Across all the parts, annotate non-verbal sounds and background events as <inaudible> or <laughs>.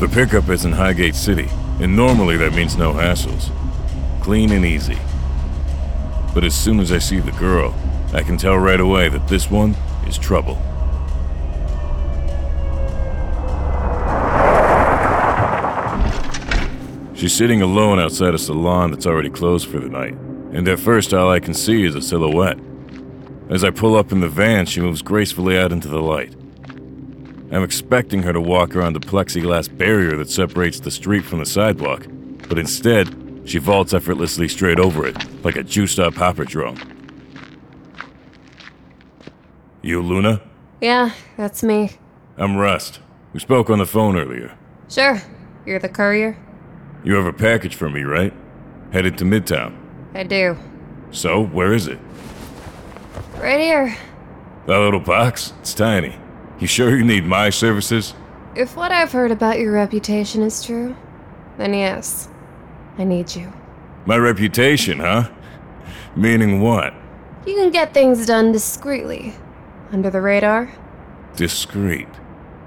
The pickup is in Highgate City, and normally that means no hassles. Clean and easy. But as soon as I see the girl, I can tell right away that this one is trouble. She's sitting alone outside a salon that's already closed for the night, and at first all I can see is a silhouette. As I pull up in the van, she moves gracefully out into the light. I'm expecting her to walk around the plexiglass barrier that separates the street from the sidewalk, but instead, she vaults effortlessly straight over it, like a juiced up hopper drone. You, Luna? Yeah, that's me. I'm Rust. We spoke on the phone earlier. Sure. You're the courier? You have a package for me, right? Headed to Midtown. I do. So, where is it? Right here. That little box? It's tiny. You sure you need my services? If what I've heard about your reputation is true, then yes, I need you. My reputation, huh? <laughs> Meaning what? You can get things done discreetly, under the radar. Discreet.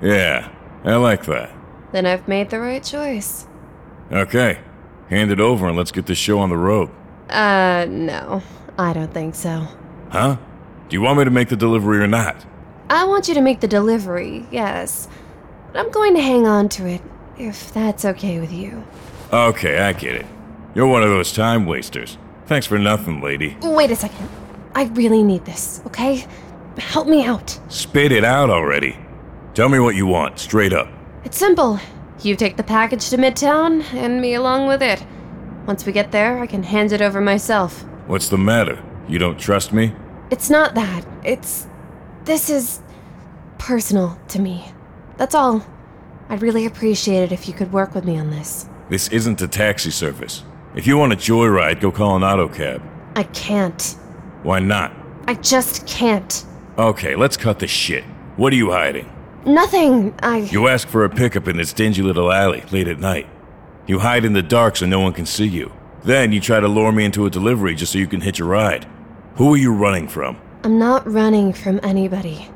Yeah, I like that. Then I've made the right choice. Okay, hand it over and let's get this show on the road. Uh, no, I don't think so. Huh? Do you want me to make the delivery or not? I want you to make the delivery, yes, but I'm going to hang on to it, if that's okay with you. Okay, I get it. You're one of those time wasters. Thanks for nothing, lady. Wait a second. I really need this, okay? Help me out. Spit it out already. Tell me what you want, straight up. It's simple. You take the package to Midtown, and me along with it. Once we get there, I can hand it over myself. What's the matter? You don't trust me? It's not that. It's. This is. personal to me. That's all. I'd really appreciate it if you could work with me on this. This isn't a taxi service. If you want a joyride, go call an auto cab. I can't. Why not? I just can't. Okay, let's cut this shit. What are you hiding? Nothing. I. You ask for a pickup in this dingy little alley late at night. You hide in the dark so no one can see you. Then you try to lure me into a delivery just so you can hitch a ride. Who are you running from? I'm not running from anybody.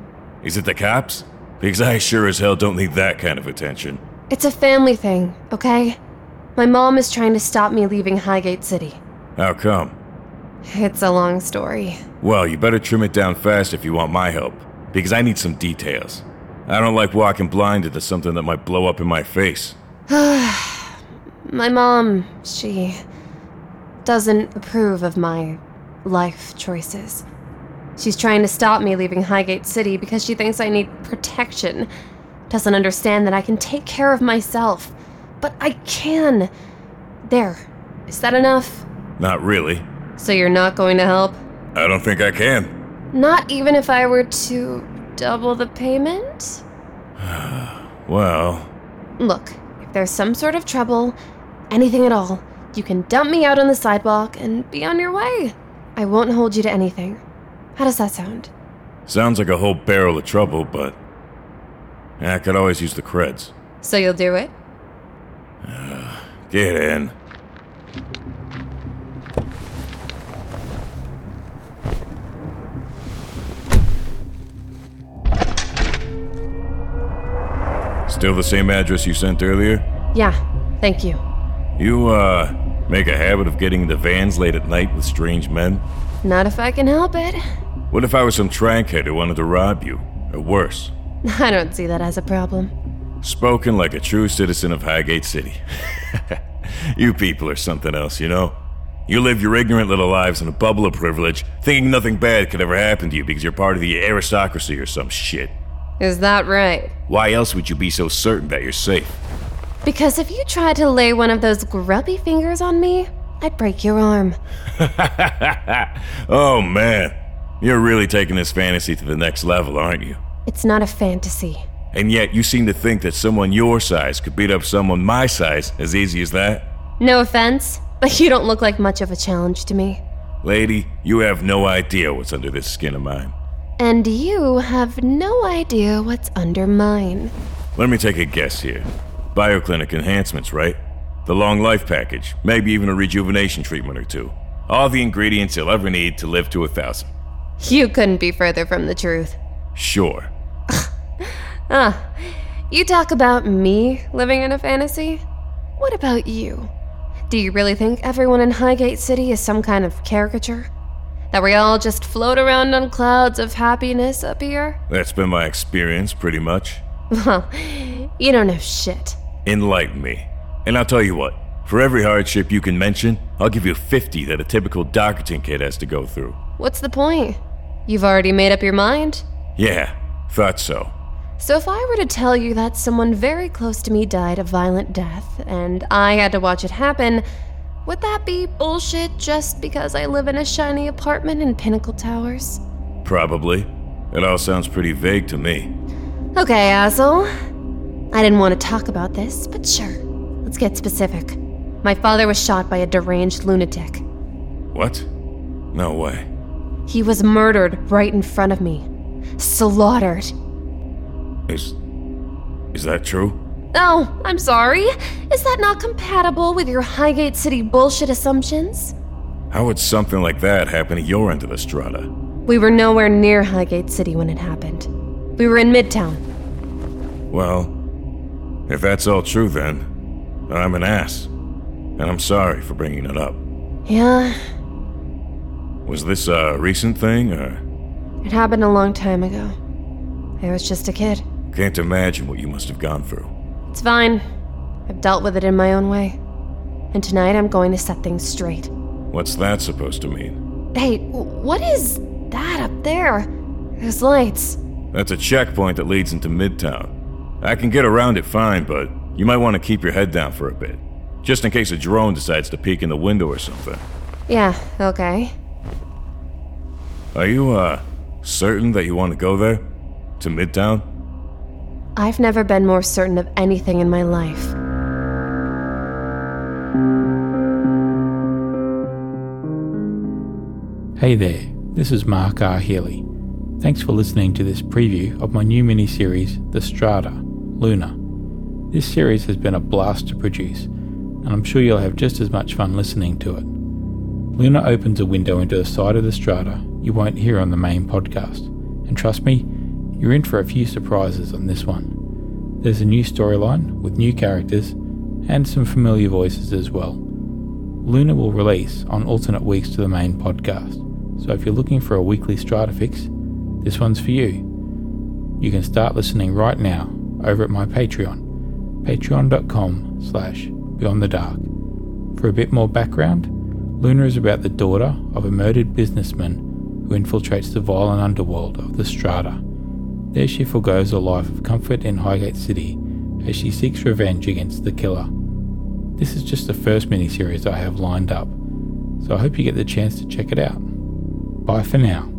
Is it the cops? Because I sure as hell don't need that kind of attention. It's a family thing, okay? My mom is trying to stop me leaving Highgate City. How come? It's a long story. Well, you better trim it down fast if you want my help, because I need some details. I don't like walking blinded to something that might blow up in my face. My mom, she doesn't approve of my life choices. She's trying to stop me leaving Highgate City because she thinks I need protection. Doesn't understand that I can take care of myself. But I can. There. Is that enough? Not really. So you're not going to help? I don't think I can. Not even if I were to double the payment? Well, Look, if there's some sort of trouble, anything at all, you can dump me out on the sidewalk and be on your way. I won't hold you to anything. How does that sound? sounds like a whole barrel of trouble, but. I could always use the creds. So you'll do it? Get in. Still the same address you sent earlier? Yeah, thank you. You, uh, make a habit of getting into vans late at night with strange men? Not if I can help it. <laughs> What if I was some trankhead who wanted to rob you? Or worse, I don't see that as a problem. spoken like a true citizen of Highgate City. <laughs> you people are something else, you know? You live your ignorant little lives in a bubble of privilege, thinking nothing bad could ever happen to you because you're part of the aristocracy or some shit. Is that right? Why else would you be so certain that you're safe? Because if you tried to lay one of those grubby fingers on me, I'd break your arm. Oh man, you're really taking this fantasy to the next level, aren't you? It's not a fantasy. And yet, you seem to think that someone your size could beat up someone my size as easy as that? No offense, but you don't look like much of a challenge to me. Lady, you have no idea what's under this skin of mine. And you have no idea what's under mine. Let me take a guess here. Bioclinic enhancements, right? The long life package, maybe even a rejuvenation treatment or two. All the ingredients you'll ever need to live to a thousand. You couldn't be further from the truth. Sure. You talk about me living in a fantasy? What about you? Do you really think everyone in Highgate City is some kind of caricature? That we all just float around on clouds of happiness up here? <laughs> That's been my experience, pretty much. Well, you don't know shit. Enlighten me. And I'll tell you what, for every hardship you can mention, I'll give you 50 that a typical Dockerton kid has to go through. What's the point? You've already made up your mind. Yeah, thought so. So, if I were to tell you that someone very close to me died a violent death and I had to watch it happen, would that be bullshit just because I live in a shiny apartment in Pinnacle Towers? Probably. It all sounds pretty vague to me. Okay, asshole. I didn't want to talk about this, but sure. Let's get specific. My father was shot by a deranged lunatic. What? No way. He was murdered right in front of me. Slaughtered. Is. is that true? Oh, I'm sorry. Is that not compatible with your Highgate City bullshit assumptions? How would something like that happen to your end of the strata? We were nowhere near Highgate City when it happened. We were in Midtown. Well, if that's all true, then I'm an ass. And I'm sorry for bringing it up. Yeah, Was this a recent thing, or. it happened a long time ago. I was just a kid. Can't imagine what you must have gone through. It's fine. I've dealt with it in my own way. And tonight I'm going to set things straight. What's that supposed to mean? Hey, w- what is that up there? Those lights. That's a checkpoint that leads into Midtown. I can get around it fine, but you might want to keep your head down for a bit. Just in case a drone decides to peek in the window or something. Yeah, okay. Are you, uh, certain that you want to go there? To Midtown? I've never been more certain of anything in my life. Hey there, this is Mark R. Healy. Thanks for listening to this preview of my new miniseries, The Strata Luna. This series has been a blast to produce, and I'm sure you'll have just as much fun listening to it. Luna opens a window into the side of the strata you won't hear on the main podcast, and trust me, you're in for a few surprises on this one. There's a new storyline with new characters and some familiar voices as well. Luna will release on alternate weeks to the main podcast. So if you're looking for a weekly strata fix, this one's for you. You can start listening right now over at my Patreon, patreon.com slash beyond the dark. For a bit more background, Luna is about the daughter of a murdered businessman who infiltrates the violent underworld of the strata. There she forgoes a life of comfort in Highgate City as she seeks revenge against the killer. This is just the first mini series I have lined up, so I hope you get the chance to check it out. Bye for now.